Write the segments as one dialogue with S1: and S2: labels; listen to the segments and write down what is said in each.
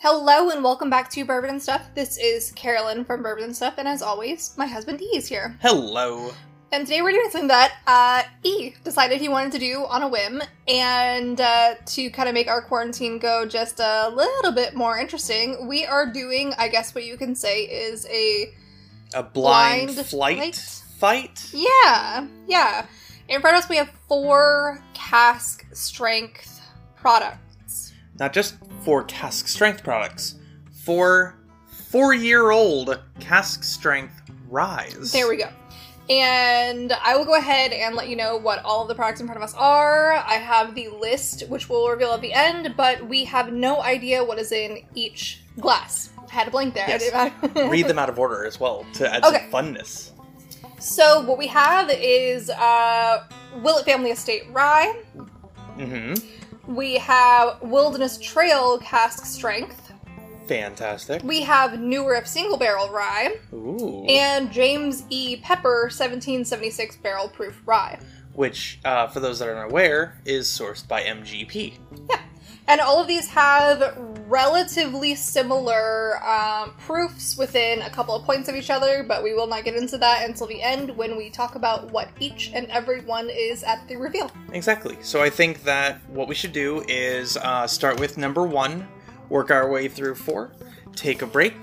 S1: Hello and welcome back to Bourbon and Stuff. This is Carolyn from Bourbon and Stuff, and as always, my husband E is here.
S2: Hello.
S1: And today we're doing something that uh, E decided he wanted to do on a whim, and uh, to kind of make our quarantine go just a little bit more interesting, we are doing, I guess, what you can say is a
S2: A blind,
S1: Blind
S2: flight,
S1: flight?
S2: fight?
S1: yeah, yeah. In front of us, we have four cask strength products.
S2: Not just four cask strength products, four four year old cask strength rise.
S1: There we go. And I will go ahead and let you know what all of the products in front of us are. I have the list, which we'll reveal at the end, but we have no idea what is in each glass. I had a blank there.
S2: Yes.
S1: I didn't-
S2: Read them out of order as well to add
S1: Okay.
S2: some funness.
S1: so what we have is uh, Willett Family Estate Rye.
S2: Mm-hmm.
S1: We have Wilderness Trail Cask Strength.
S2: Fantastic.
S1: We have New Riff Single Barrel Rye
S2: Ooh.
S1: and James E. Pepper 1776 Barrel Proof Rye.
S2: Which, uh, for those that are unaware, is sourced by MGP.
S1: And all of these have relatively similar um, proofs within a couple of points of each other, but we will not get into that until the end when we talk about what each and every one is at the reveal.
S2: Exactly. So I think that what we should do is uh, start with number one, work our way through four, take a break,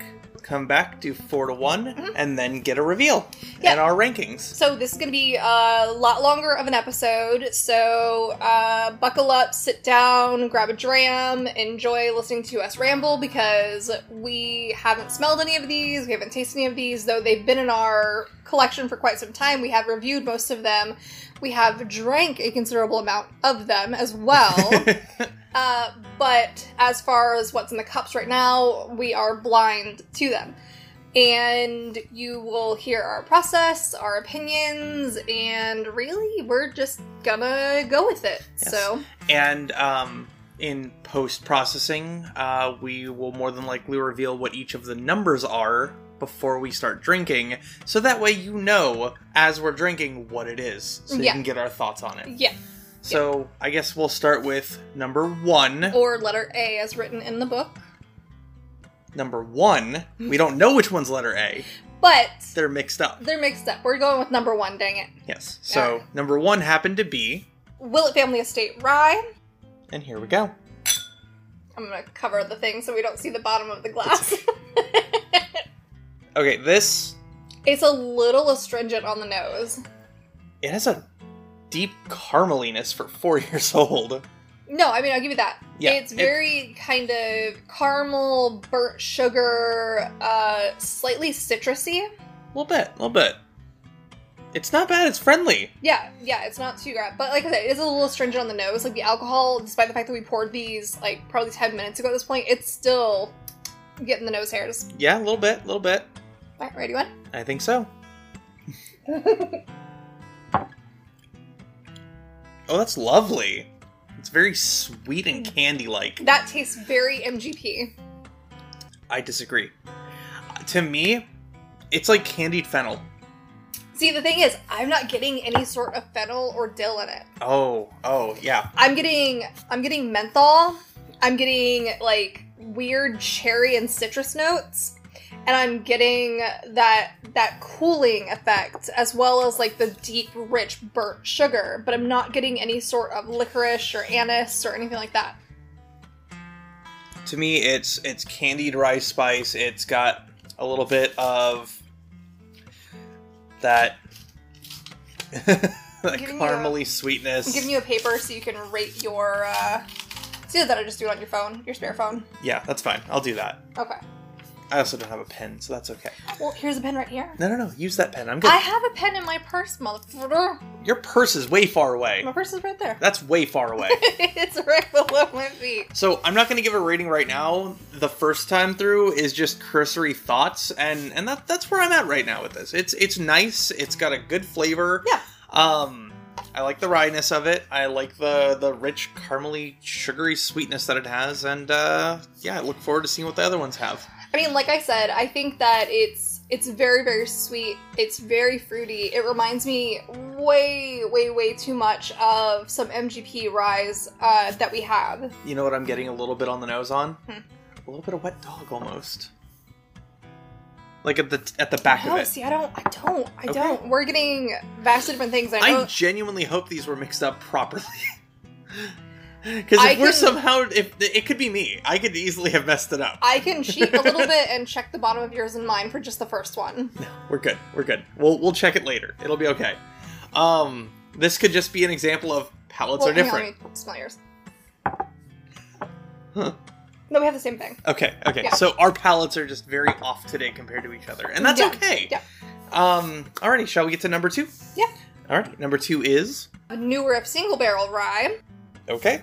S2: come back, do four to one, and then get a reveal
S1: Mm-hmm. Yeah.
S2: and our rankings.
S1: So this is going to be a lot longer of an episode, so uh, buckle up, sit down, grab a dram, enjoy listening to us ramble because we haven't smelled any of these, we haven't tasted any of these, though they've been in our collection for quite some time. We have reviewed most of them. We have drank a considerable amount of them as well. Uh, but as far as what's in the cups right now, we are blind to them. And you will hear our process, our opinions, and really, we're just gonna go with it.
S2: Yes.
S1: So,
S2: and um, in post processing, uh, we will more than likely reveal what each of the numbers are before we start drinking, so that way you know as we're drinking what it is, so you
S1: Yeah.
S2: can get our thoughts on it.
S1: yeah.
S2: So I guess we'll start with number one.
S1: Or letter A as written in the book.
S2: Number one, we don't know which one's letter A.
S1: But
S2: They're mixed up.
S1: they're mixed up. We're going with number one, dang it.
S2: Yes. So number one happened to be,
S1: Willett Family Estate Rye.
S2: and here we go.
S1: I'm gonna cover the thing so we don't see the bottom of the glass.
S2: Okay, this
S1: it's a little astringent on the nose.
S2: it has a deep carameliness for four years old.
S1: No, I mean I'll give you that.
S2: Yeah,
S1: it's
S2: it-
S1: very kind of caramel, burnt sugar, uh, slightly citrusy.
S2: A little bit, a little bit. It's not bad. It's friendly.
S1: Yeah, yeah, it's not too grab, but like I said, it's a little stringent on the nose. Like the alcohol, despite the fact that we poured these like probably ten minutes ago at this point, it's still getting the nose hairs.
S2: Yeah, a little bit, a little bit.
S1: All right, ready one.
S2: I think so. oh, that's lovely. It's very sweet and candy like.
S1: That tastes very MGP.
S2: I disagree. To me, it's like candied fennel.
S1: See, the thing is, I'm not getting any sort of fennel or dill in it.
S2: Oh, oh, yeah.
S1: I'm getting I'm getting menthol. I'm getting like weird cherry and citrus notes. And I'm getting that that cooling effect as well as like the deep rich burnt sugar, but I'm not getting any sort of licorice or anise or anything like that.
S2: To me, it's it's candied rye spice. It's got a little bit of that, that
S1: giving you
S2: caramely
S1: I'm
S2: sweetness.
S1: giving you a paper so you can rate your uh it's either that or just do it on your phone, your spare phone.
S2: yeah, that's fine. I'll do that.
S1: Okay.
S2: I also don't have a pen, so that's okay.
S1: Well, here's a pen right here.
S2: No, no, no. Use that pen. I'm good.
S1: I have a pen in my purse, motherfucker.
S2: Your purse is way far away.
S1: My purse is right there.
S2: That's way far away.
S1: it's right below my feet.
S2: So I'm not going to give a rating right now. The first time through is just cursory thoughts, and and that that's where I'm at right now with this. It's it's nice. It's got a good flavor.
S1: Yeah.
S2: Um, I like the wryness of it. I like the the rich caramely, sugary sweetness that it has, and uh, yeah, I look forward to seeing what the other ones have.
S1: I mean, like I said, I think that it's it's very very sweet. It's very fruity. It reminds me way way way too much of some MGP ryes uh, that we have.
S2: You know what I'm getting a little bit on the nose on?
S1: Hmm.
S2: a little bit of wet dog almost. Like at the at the back
S1: No,
S2: of it.
S1: see, I don't, I don't, I
S2: Okay.
S1: don't. We're getting vastly different things. I know.
S2: I genuinely hope these were mixed up properly. Because if
S1: I
S2: we're
S1: can-
S2: somehow, if it could be me, I could easily have messed it up.
S1: I can cheat a little bit and check the bottom of yours and mine for just the first one.
S2: We're good. We're good. We'll we'll check it later. It'll be okay. Um, this could just be an example of palettes
S1: Well,
S2: are
S1: hang on,
S2: different.
S1: let me smell yours.
S2: Huh.
S1: No, we have the same thing.
S2: Okay, okay.
S1: Yeah.
S2: So our palettes are just very off today compared to each other, and that's
S1: Yeah,
S2: okay.
S1: yeah.
S2: Um. Alrighty. Shall we get to number two?
S1: Yeah.
S2: Alrighty. Number two is
S1: A new rip single barrel rye.
S2: okay.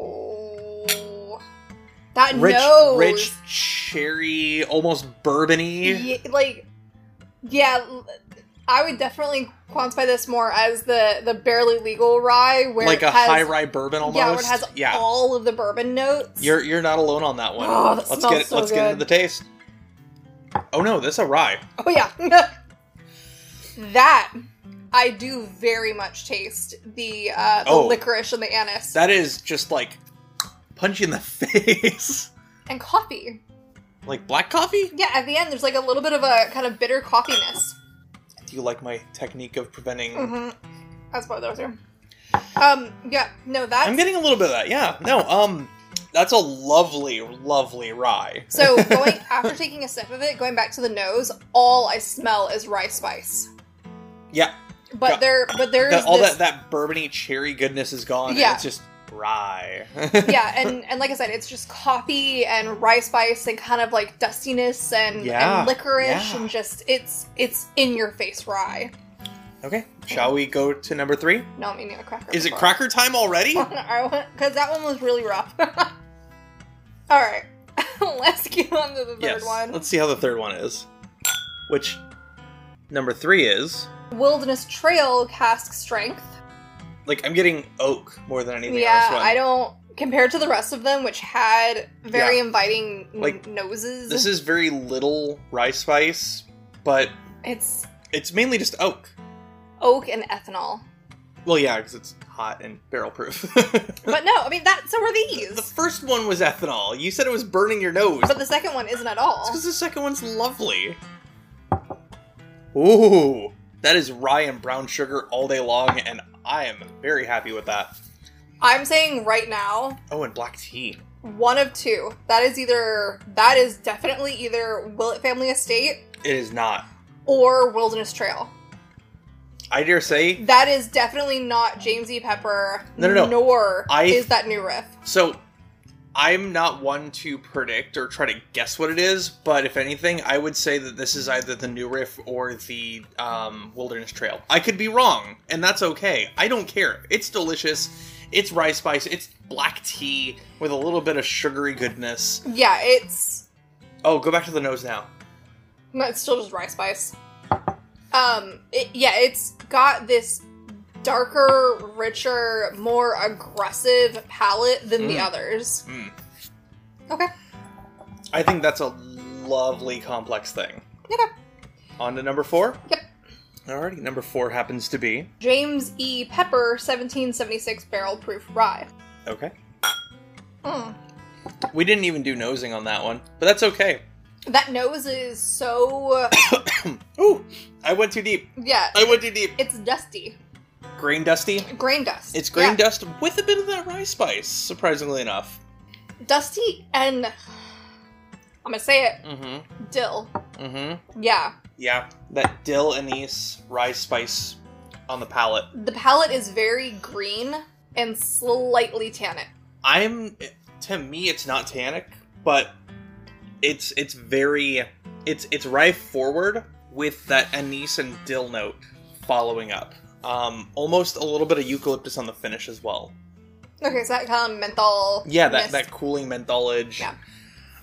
S1: Ooh. That
S2: Rich,
S1: nose.
S2: rich, cherry, almost bourbony.
S1: Ye- like, yeah, l- I would definitely quantify this more as the the barely legal rye, where
S2: like
S1: it
S2: a
S1: has,
S2: high rye bourbon almost.
S1: yeah, where it has
S2: Yeah.
S1: all of the bourbon notes.
S2: You're you're not alone on that one.
S1: Oh, that
S2: let's
S1: smells
S2: get it,
S1: so
S2: let's get into
S1: good.
S2: the taste. Oh no, this a rye.
S1: Oh yeah. that I do very much taste the uh the
S2: Oh.
S1: licorice and the anise
S2: That is just like punch you in the face.
S1: and coffee.
S2: like black coffee?
S1: Yeah, at the end there's like a little bit of a kind of bitter coffeeness.
S2: Do you like my technique of preventing
S1: Mhm. That's what those are. Um yeah, no that's
S2: Mm. I'm getting a little bit of that, yeah. No, um that's a lovely, lovely rye.
S1: so going after taking a sip of it, going back to the nose, all I smell is rye spice.
S2: Yeah.
S1: But
S2: Yeah.
S1: there but there's
S2: That, all
S1: this,
S2: that that bourbony cherry goodness is gone
S1: Yeah.
S2: and it's just rye.
S1: yeah, and, and like I said, it's just coffee and rye spice and kind of like dustiness and,
S2: Yeah,
S1: and licorice
S2: yeah.
S1: and just it's it's in your face rye.
S2: okay. Shall we go to number three?
S1: No, I'm eating a cracker.
S2: Is it
S1: before.
S2: cracker time already?
S1: I want because that one was really rough. All right, let's get on to the third one.
S2: Let's see how the third one is. Which number three is.
S1: Wilderness Trail cask strength.
S2: Like I'm getting oak more than anything
S1: yeah,
S2: on this one.
S1: I don't compared to the rest of them, which had very inviting n-
S2: Like,
S1: noses.
S2: This is very little rye spice, but
S1: it's
S2: it's mainly just oak.
S1: oak and ethanol.
S2: Well, yeah, because it's hot and barrel proof.
S1: But no, I mean that. So are
S2: the
S1: these.
S2: first one was ethanol. You said it was burning your nose.
S1: But the second one isn't at all.
S2: because the second one's lovely. Ooh, that is rye and brown sugar all day long, and I am very happy with that.
S1: I'm saying right now,
S2: Oh, and black tea.
S1: one of two. That is either that is definitely either Willett Family Estate
S2: It is not.
S1: or Wilderness Trail.
S2: I dare say
S1: That is definitely not James E. Pepper.
S2: No, no, no.
S1: Nor
S2: I-
S1: is that new riff.
S2: So I'm not one to predict or try to guess what it is, but if anything, I would say that this is either the new riff or the um, Wilderness Trail. I could be wrong, and that's okay. I don't care. It's delicious. It's rice spice. It's black tea with a little bit of sugary goodness.
S1: Yeah, it's
S2: Oh, go back to the nose now.
S1: no, it's still just rye spice. Um, it, yeah, it's got this darker, richer, more aggressive palette than the
S2: Mm.
S1: others.
S2: Mm.
S1: Okay.
S2: I think that's a lovely complex thing.
S1: Okay.
S2: On to number four.
S1: Yep.
S2: Alrighty, number four happens to be
S1: James E. Pepper 1776 barrel proof rye.
S2: okay.
S1: Mm.
S2: We didn't even do nosing on that one, but that's okay.
S1: That nose is so
S2: Ooh, I went too deep.
S1: yeah,
S2: I went too deep.
S1: it's dusty,
S2: Grain dusty.
S1: grain dust.
S2: It's grain
S1: Yeah.
S2: dust with a bit of that rye spice, surprisingly enough.
S1: dusty, and I'm gonna say it,
S2: Mm-hmm.
S1: dill.
S2: Mm-hmm.
S1: Yeah,
S2: Yeah, that dill anise rye spice on the palate.
S1: the palate is very green and slightly tannic.
S2: I'm to me, it's not tannic, but it's it's very it's it's rye forward with that anise and dill note following up. Um, almost a little bit of eucalyptus on the finish as well.
S1: Okay, so that kind of menthol.
S2: Yeah, that,
S1: mist.
S2: that cooling mentholage.
S1: Yeah.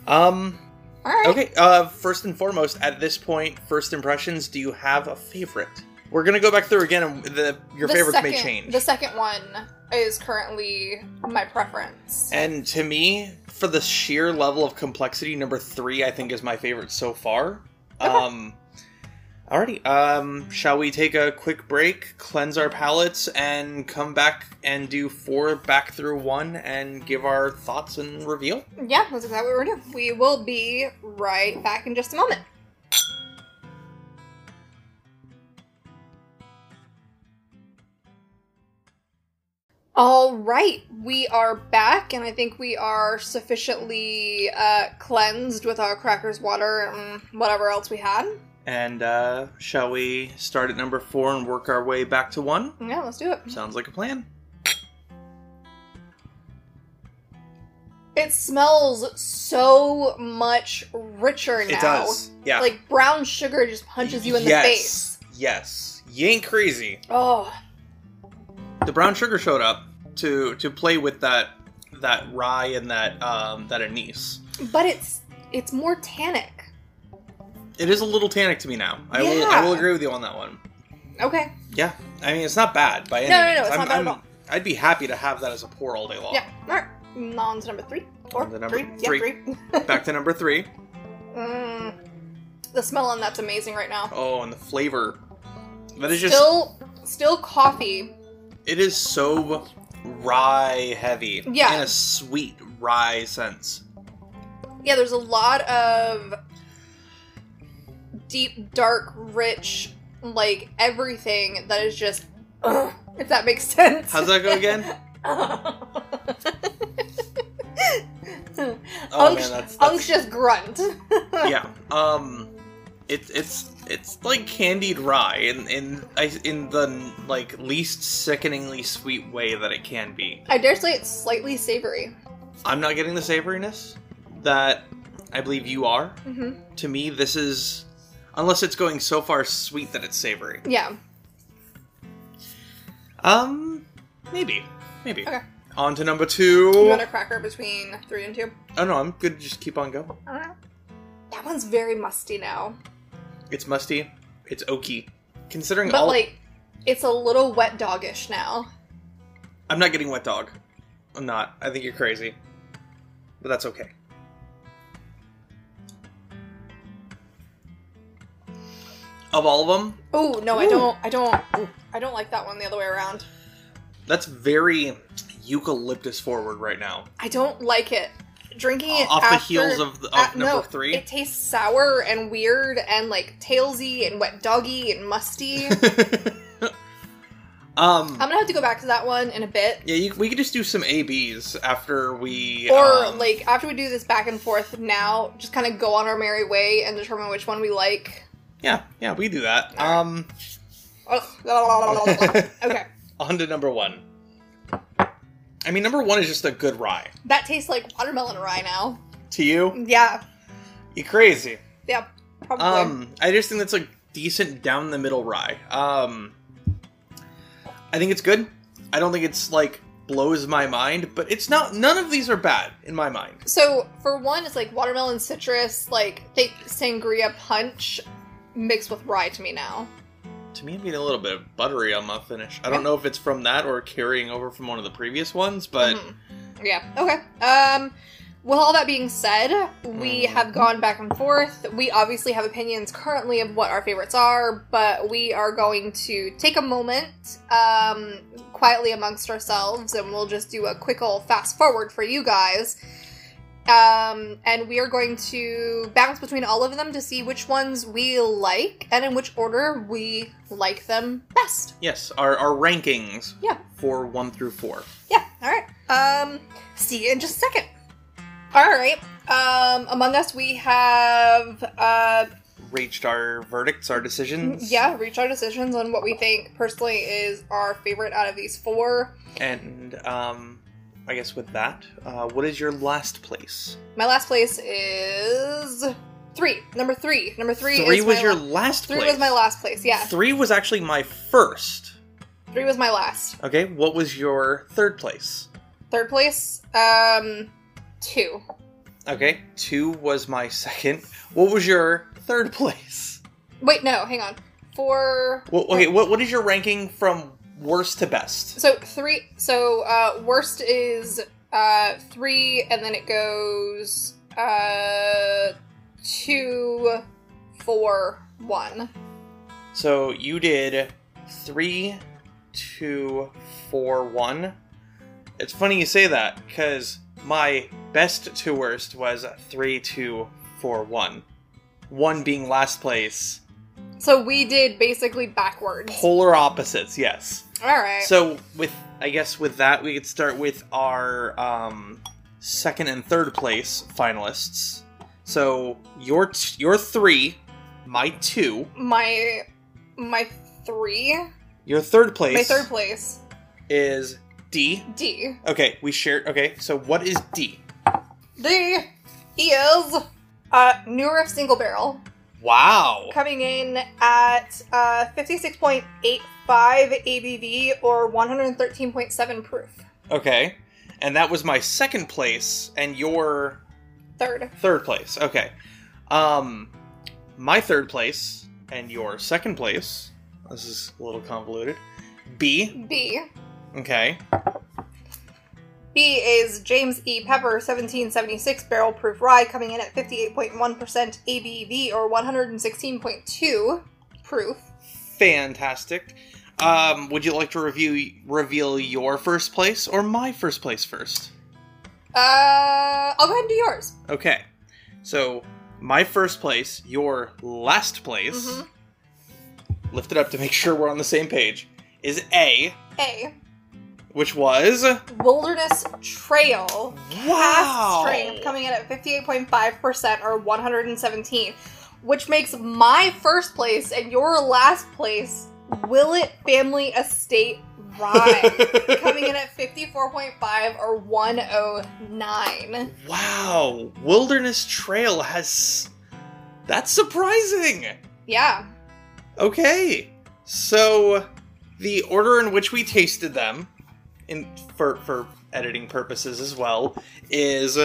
S2: Um,
S1: All right.
S2: Okay, uh, first and foremost, at this point, first impressions, do you have a favorite? We're gonna go back through again, and the, your
S1: The
S2: favorites
S1: second,
S2: may change.
S1: The second one is currently my preference.
S2: and to me, for the sheer level of complexity, number three, I think, is my favorite so far.
S1: Okay.
S2: Um, Alrighty, um, shall we take a quick break, cleanse our palates, and come back and do four back through one and give our thoughts and reveal?
S1: Yeah, that's exactly what we're doing. We will be right back in just a moment. All right, we are back, and I think we are sufficiently uh, cleansed with our crackers, water, and whatever else we had.
S2: And uh, shall we start at number four and work our way back to one?
S1: Yeah, let's do it.
S2: Sounds like a plan.
S1: It smells so much richer now.
S2: It does. Yeah.
S1: Like brown sugar just punches you in the
S2: yes.
S1: face.
S2: Yes. You ain't crazy.
S1: Oh,
S2: The brown sugar showed up to to play with that that rye and that um, that anise.
S1: but it's it's more tannic.
S2: It is a little tannic to me now. I will I will
S1: Yeah.
S2: agree with you on that one.
S1: Okay.
S2: Yeah, I mean it's not bad by any
S1: No, no, no,
S2: means.
S1: it's not bad at all.
S2: I'd be happy to have that as a pour all day long.
S1: Yeah. All right. Non's number three. Or
S2: Oh. On to number
S1: three.
S2: three.
S1: Yeah, three.
S2: Back to number three.
S1: Mm, the smell on that's amazing right now.
S2: Oh, and the flavor. That is just
S1: still, still coffee.
S2: it is so rye heavy.
S1: Yeah.
S2: In a sweet rye sense.
S1: Yeah, there's a lot of deep, dark, rich, like everything that is just. Ugh, if that makes sense.
S2: How's that go again? Oh
S1: Unct-
S2: man, that's, that's
S1: unctuous grunt.
S2: yeah. Um, it's it's it's like candied rye in in I- in the like least sickeningly sweet way that it can be.
S1: I dare say it's slightly savory.
S2: I'm not getting the savoriness that I believe you are.
S1: hmm
S2: To me, this is unless it's going so far sweet that it's savory.
S1: Yeah.
S2: Um, maybe, maybe.
S1: Okay.
S2: On to number two.
S1: You want a cracker between three and two?
S2: Oh no, I'm good. Just keep on going.
S1: That one's very musty now.
S2: It's musty. It's oaky. Considering
S1: But
S2: all,
S1: like it's a little wet doggish now.
S2: I'm not getting wet dog. I'm not. I think you're crazy. But that's okay. Of all of them,
S1: Oh no, I
S2: Ooh.
S1: don't I don't I don't like that one the other way around.
S2: that's very eucalyptus forward right now.
S1: I don't like it. Drinking it
S2: Off
S1: after-
S2: the heels of, the, of
S1: at-
S2: number
S1: no,
S2: three.
S1: It tastes sour and weird and like tailsy and wet doggy and musty. I'm
S2: um,
S1: gonna have to go back to that one in a bit.
S2: yeah, you, we could just do some ABs after we.
S1: Or
S2: um,
S1: like after we do this back and forth now, just kind of go on our merry way and determine which one we like.
S2: Yeah, yeah, we do that.
S1: All right.
S2: Um,
S1: okay,
S2: on to number one. I mean, number one is just a good rye.
S1: that tastes like watermelon rye now.
S2: To you?
S1: Yeah,
S2: You crazy.
S1: yeah, probably.
S2: Um, I just think that's a decent down the middle rye. Um, I think it's good. I don't think it's like blows my mind, but it's not. None of these are bad in my mind.
S1: so for one, it's like watermelon citrus, like thick sangria punch mixed with rye to me now.
S2: To me, I'm getting a little bit of buttery on my finish. I don't know if it's from that or carrying over from one of the previous ones, but
S1: Mhm. yeah, okay. Um, with all that being said, we
S2: Mhm.
S1: have gone back and forth. We obviously have opinions currently of what our favorites are, but we are going to take a moment um, quietly amongst ourselves, and we'll just do a quick old fast forward for you guys. Um, and we are going to bounce between all of them to see which ones we like and in which order we like them best.
S2: yes, our, our rankings
S1: Yeah.
S2: for one through four.
S1: Yeah, all right. Um, see you in just a second. All right. Um, among us, we have uh,
S2: Reached our verdicts, our decisions.
S1: yeah, reach our decisions on what we think personally is our favorite out of these four.
S2: And um, I guess with that, uh, what is your last place?
S1: My last place is three. Number three. Number three.
S2: Three
S1: is
S2: was
S1: my
S2: your
S1: la-
S2: last
S1: three
S2: place.
S1: was my last place. Yeah,
S2: Three was actually my first.
S1: three was my last.
S2: Okay, what was your third place?
S1: Third place. Um, two.
S2: Okay, two was my second. What was your third place?
S1: Wait, no, hang on. Four.
S2: Well, okay, what what is your ranking from worst to best?
S1: So three. So uh, worst is uh, three, and then it goes uh, two, four, one.
S2: So you did three, two, four, one. It's funny you say that because my best to worst was three, two, four, one. One being last place.
S1: So we did basically backwards.
S2: Polar opposites, yes.
S1: All right.
S2: So with I guess with that we could start with our um, second and third place finalists. So your t- your three, my two,
S1: my my three,
S2: your third place.
S1: my third place
S2: is D.
S1: D.
S2: Okay, we shared. Okay, so what is D?
S1: D is uh, New Riff single barrel
S2: Wow.
S1: coming in at uh, 56.85 ABV or 113.7 proof.
S2: Okay, and that was my second place, and your
S1: Third.
S2: third place. Okay, um, my third place and your second place. This is a little convoluted. B.
S1: B.
S2: Okay.
S1: B is James E. Pepper 1776 barrel proof rye coming in at 58.1% ABV or 116.2 proof.
S2: Fantastic. Um, would you like to review reveal your first place or my first place first?
S1: Uh, I'll go ahead and do yours.
S2: Okay. So my first place, your last place.
S1: Mhm. Mm-hmm.
S2: Lift it up to make sure we're on the same page. Is A,
S1: A.
S2: which was
S1: Wilderness Trail. Cast
S2: Wow.
S1: strength coming in at 58.5% or 117, which makes my first place and your last place Willet Family Estate Rye. coming in at 54.5 or 109.
S2: Wow, Wilderness Trail has. That's surprising!
S1: Yeah.
S2: Okay, so the order in which we tasted them, in for, for editing purposes as well, is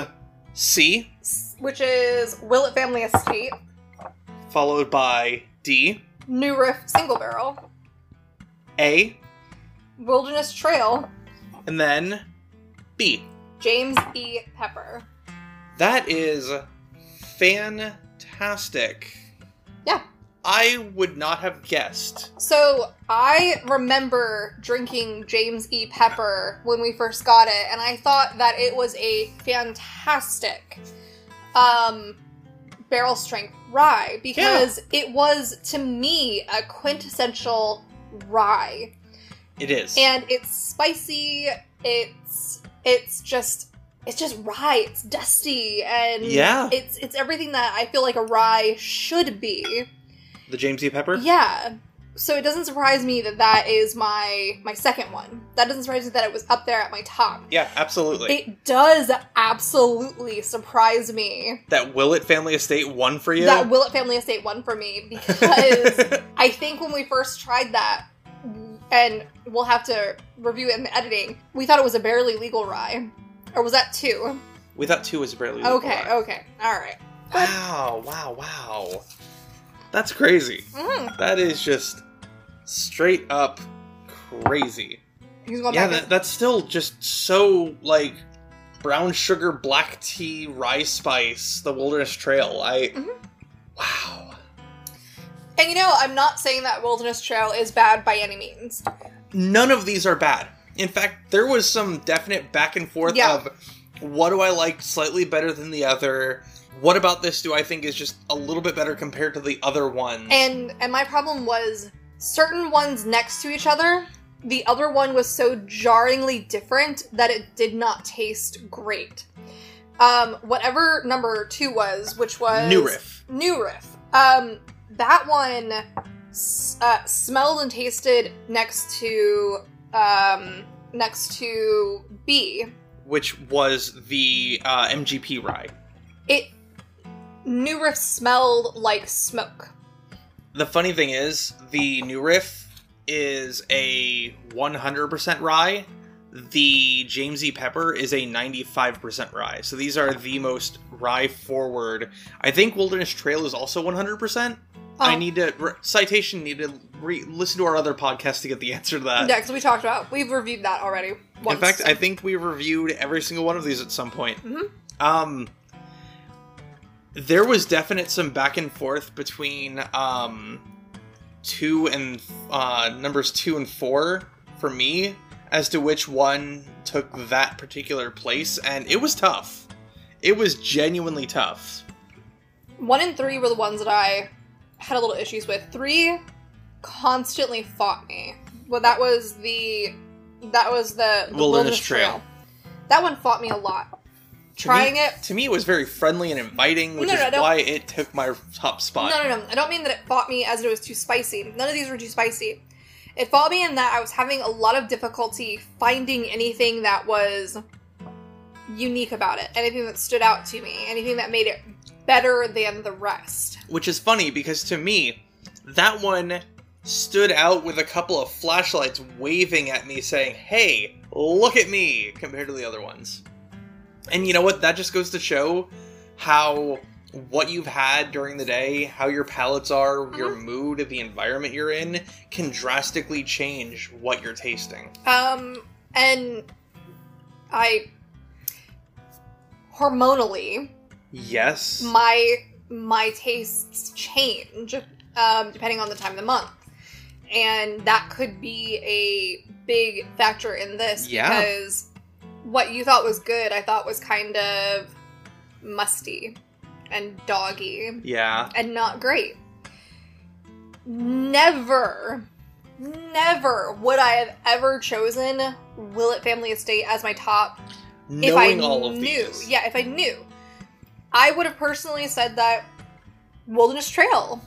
S2: C,
S1: S- Which is Willet Family Estate,
S2: followed by D,
S1: New Riff Single Barrel,
S2: A,
S1: Wilderness Trail,
S2: and then B.
S1: James E. Pepper.
S2: That is fantastic.
S1: Yeah.
S2: I would not have guessed.
S1: So I remember drinking James E. Pepper when we first got it, and I thought that it was a fantastic um, barrel strength rye because it was to me a quintessential rye,
S2: It is.
S1: and it's spicy. It's it's just it's just rye. It's dusty and
S2: Yeah.
S1: It's it's everything that I feel like a rye should be.
S2: the James E. Pepper?
S1: Yeah. So it doesn't surprise me that that is my my second one. That doesn't surprise me that it was up there at my top.
S2: Yeah, absolutely.
S1: It does absolutely surprise me
S2: that Willett family estate won for you?
S1: that Willett Family Estate won for me because I think when we first tried that, and we'll have to review it in the editing, we thought it was a barely legal rye. Or was that two?
S2: we thought two was barely legal,
S1: Okay, oh,
S2: right?
S1: okay, all right.
S2: Wow, wow, wow. That's crazy.
S1: Mhm.
S2: That is just straight up crazy.
S1: He's going
S2: yeah,
S1: back.
S2: that, that's still just so like brown sugar, black tea, rye spice, the wilderness trail. I
S1: Mhm.
S2: wow.
S1: and you know, I'm not saying that Wilderness Trail is bad by any means.
S2: Mm-hmm. None of these are bad. In fact, there was some definite back and forth
S1: Yeah.
S2: of what do I like slightly better than the other? What about this do I think is just a little bit better compared to the other ones?
S1: And and my problem was certain ones next to each other. The other one was so jarringly different that it did not taste great. Um, whatever number two was, which was
S2: New riff.
S1: New Riff. Um, that one s- uh, smelled and tasted next to um next to B.
S2: which was the uh, MGP rye.
S1: It New Riff smelled like smoke.
S2: The funny thing is, the new riff is a 100% rye. The James E. Pepper is a 95% rye. So these are the most rye forward. I think Wilderness Trail is also 100%. I
S1: Um,
S2: need to re- citation need to re- listen to our other podcast to get the answer to that.
S1: yeah, because we talked about we've reviewed that already. Once.
S2: In fact, I think we reviewed every single one of these at some point.
S1: Mhm.
S2: Um, there was definite some back and forth between um, two and uh, numbers two and four for me as to which one took that particular place, and it was tough. It was genuinely tough.
S1: One and three were the ones that I had a little issues with. Three constantly fought me. Well, that was the that was the, the
S2: Wilderness Trail.
S1: That one fought me a lot.
S2: To
S1: Trying
S2: me,
S1: it-
S2: to me, it was very friendly and inviting, which
S1: No, no,
S2: is
S1: no.
S2: why it took my top spot.
S1: No, no, no. I don't mean that it fought me as it was too spicy. None of these were too spicy. It fought me in that I was having a lot of difficulty finding anything that was unique about it, anything that stood out to me, anything that made it better than the rest.
S2: Which is funny because to me, that one stood out with a couple of flashlights waving at me saying, hey, look at me, compared to the other ones. And you know what? That just goes to show how what you've had during the day, how your palates are,
S1: Mm-hmm.
S2: your mood, the environment you're in can drastically change what you're tasting.
S1: Um, and I hormonally
S2: Yes.
S1: my my tastes change um, depending on the time of the month and that could be a big factor in this
S2: Yeah.
S1: because what you thought was good i thought was kind of musty and doggy
S2: yeah.
S1: and not great never never would i have ever chosen willet family estate as my top if I
S2: Knowing all of
S1: knew,
S2: these.
S1: yeah, if I knew, I would have personally said that Wilderness Trail.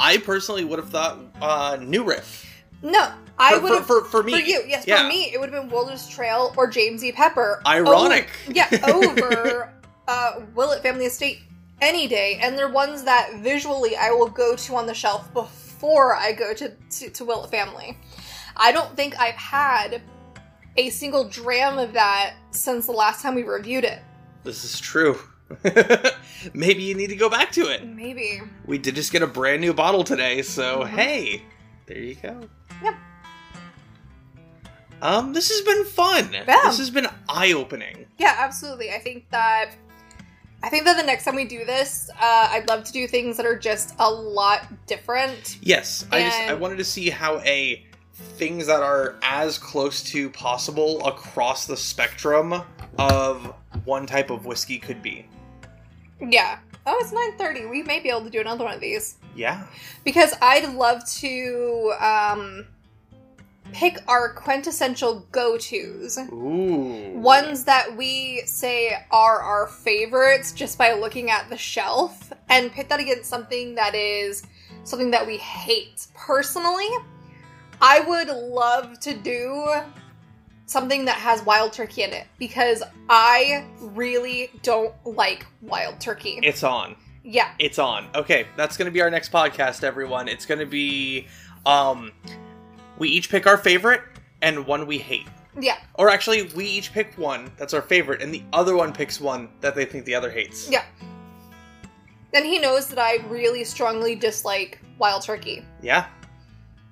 S2: I personally would have thought uh, New Riff.
S1: No, I
S2: For-
S1: would have for,
S2: for, for, for me.
S1: you. Yes,
S2: yeah.
S1: for me, it would have been Wilderness Trail or James E. Pepper.
S2: Ironic.
S1: O- yeah, over uh, Willett Family Estate any day, and they're ones that visually I will go to on the shelf before I go to to, to Willett Family. I don't think I've had a single dram of that since the last time we reviewed it.
S2: This is true. Maybe you need to go back to it.
S1: Maybe.
S2: We did just get a brand new bottle today, so
S1: Mhm.
S2: hey, there you go.
S1: Yep.
S2: Um, this has been fun.
S1: Yeah.
S2: This has been eye opening.
S1: Yeah, absolutely. I think that I think that the next time we do this, uh, I'd love to do things that are just a lot different.
S2: Yes, I just I
S1: And-
S2: wanted to see how a things that are as close to possible across the spectrum of one type of whiskey could be.
S1: Yeah. Oh, it's nine thirty. We may be able to do another one of these
S2: Yeah.
S1: because I'd love to um, pick our quintessential go tos.
S2: Ooh.
S1: Ones that we say are our favorites just by looking at the shelf and pit that against something that is something that we hate. Personally, I would love to do something that has wild turkey in it because I really don't like wild turkey.
S2: It's on.
S1: yeah.
S2: It's on. Okay, that's going to be our next podcast, everyone. It's going to be um we each pick our favorite and one we hate.
S1: Yeah.
S2: Or actually, we each pick one that's our favorite and the other one picks one that they think the other hates.
S1: Yeah. And he knows that I really strongly dislike wild turkey.
S2: Yeah.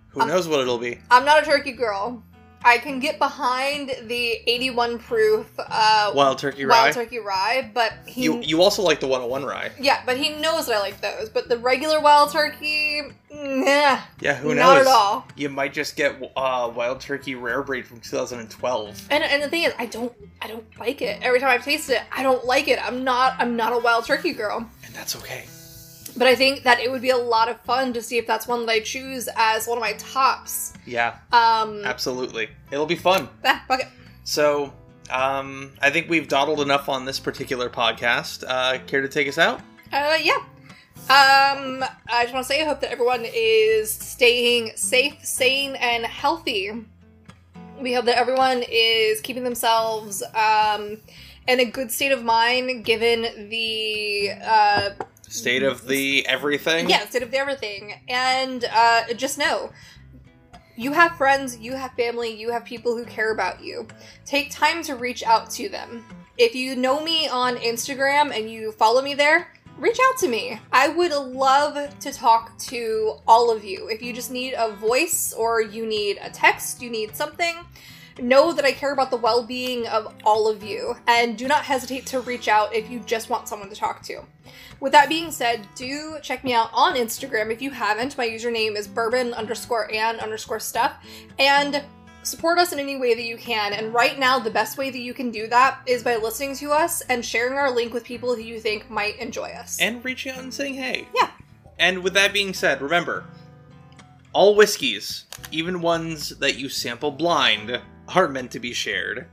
S2: Who
S1: Um,
S2: knows what it'll be?
S1: I'm not a turkey girl. I can get behind the 81 proof uh,
S2: Wild turkey rye.
S1: wild turkey rye, but he
S2: you you also like the 101 rye.
S1: yeah, but he knows that I like those. But the regular wild turkey, nah,
S2: Yeah, who knows?
S1: not at all.
S2: You might just get uh, wild turkey rare breed from 2012.
S1: And and the thing is, I don't I don't like it. Every time I've tasted it, I don't like it. I'm not I'm not a wild turkey girl.
S2: And that's okay.
S1: But I think that it would be a lot of fun to see if that's one that I choose as one of my tops.
S2: Yeah,
S1: Um,
S2: absolutely. It'll be fun.
S1: ah, fuck it.
S2: So, um, I think we've dawdled enough on this particular podcast. Uh, care to take us out?
S1: Uh, yeah. Um, I just want to say I hope that everyone is staying safe, sane, and healthy. We hope that everyone is keeping themselves um, in a good state of mind, given the uh,
S2: State of the everything.
S1: yeah state of everything. And uh, just know, you have friends, you have family, you have people who care about you. Take time to reach out to them. If you know me on Instagram and you follow me there, reach out to me. I would love to talk to all of you. If you just need a voice or you need a text, you need something, Know that I care about the well being of all of you, and do not hesitate to reach out if you just want someone to talk to. With that being said, do check me out on Instagram if you haven't. My username is bourbon underscore and underscore stuff, and support us in any way that you can. And right now, the best way that you can do that is by listening to us and sharing our link with people who you think might enjoy us.
S2: and reaching out and saying hey.
S1: Yeah.
S2: And with that being said, remember, all whiskeys, even ones that you sample blind, are meant to be shared.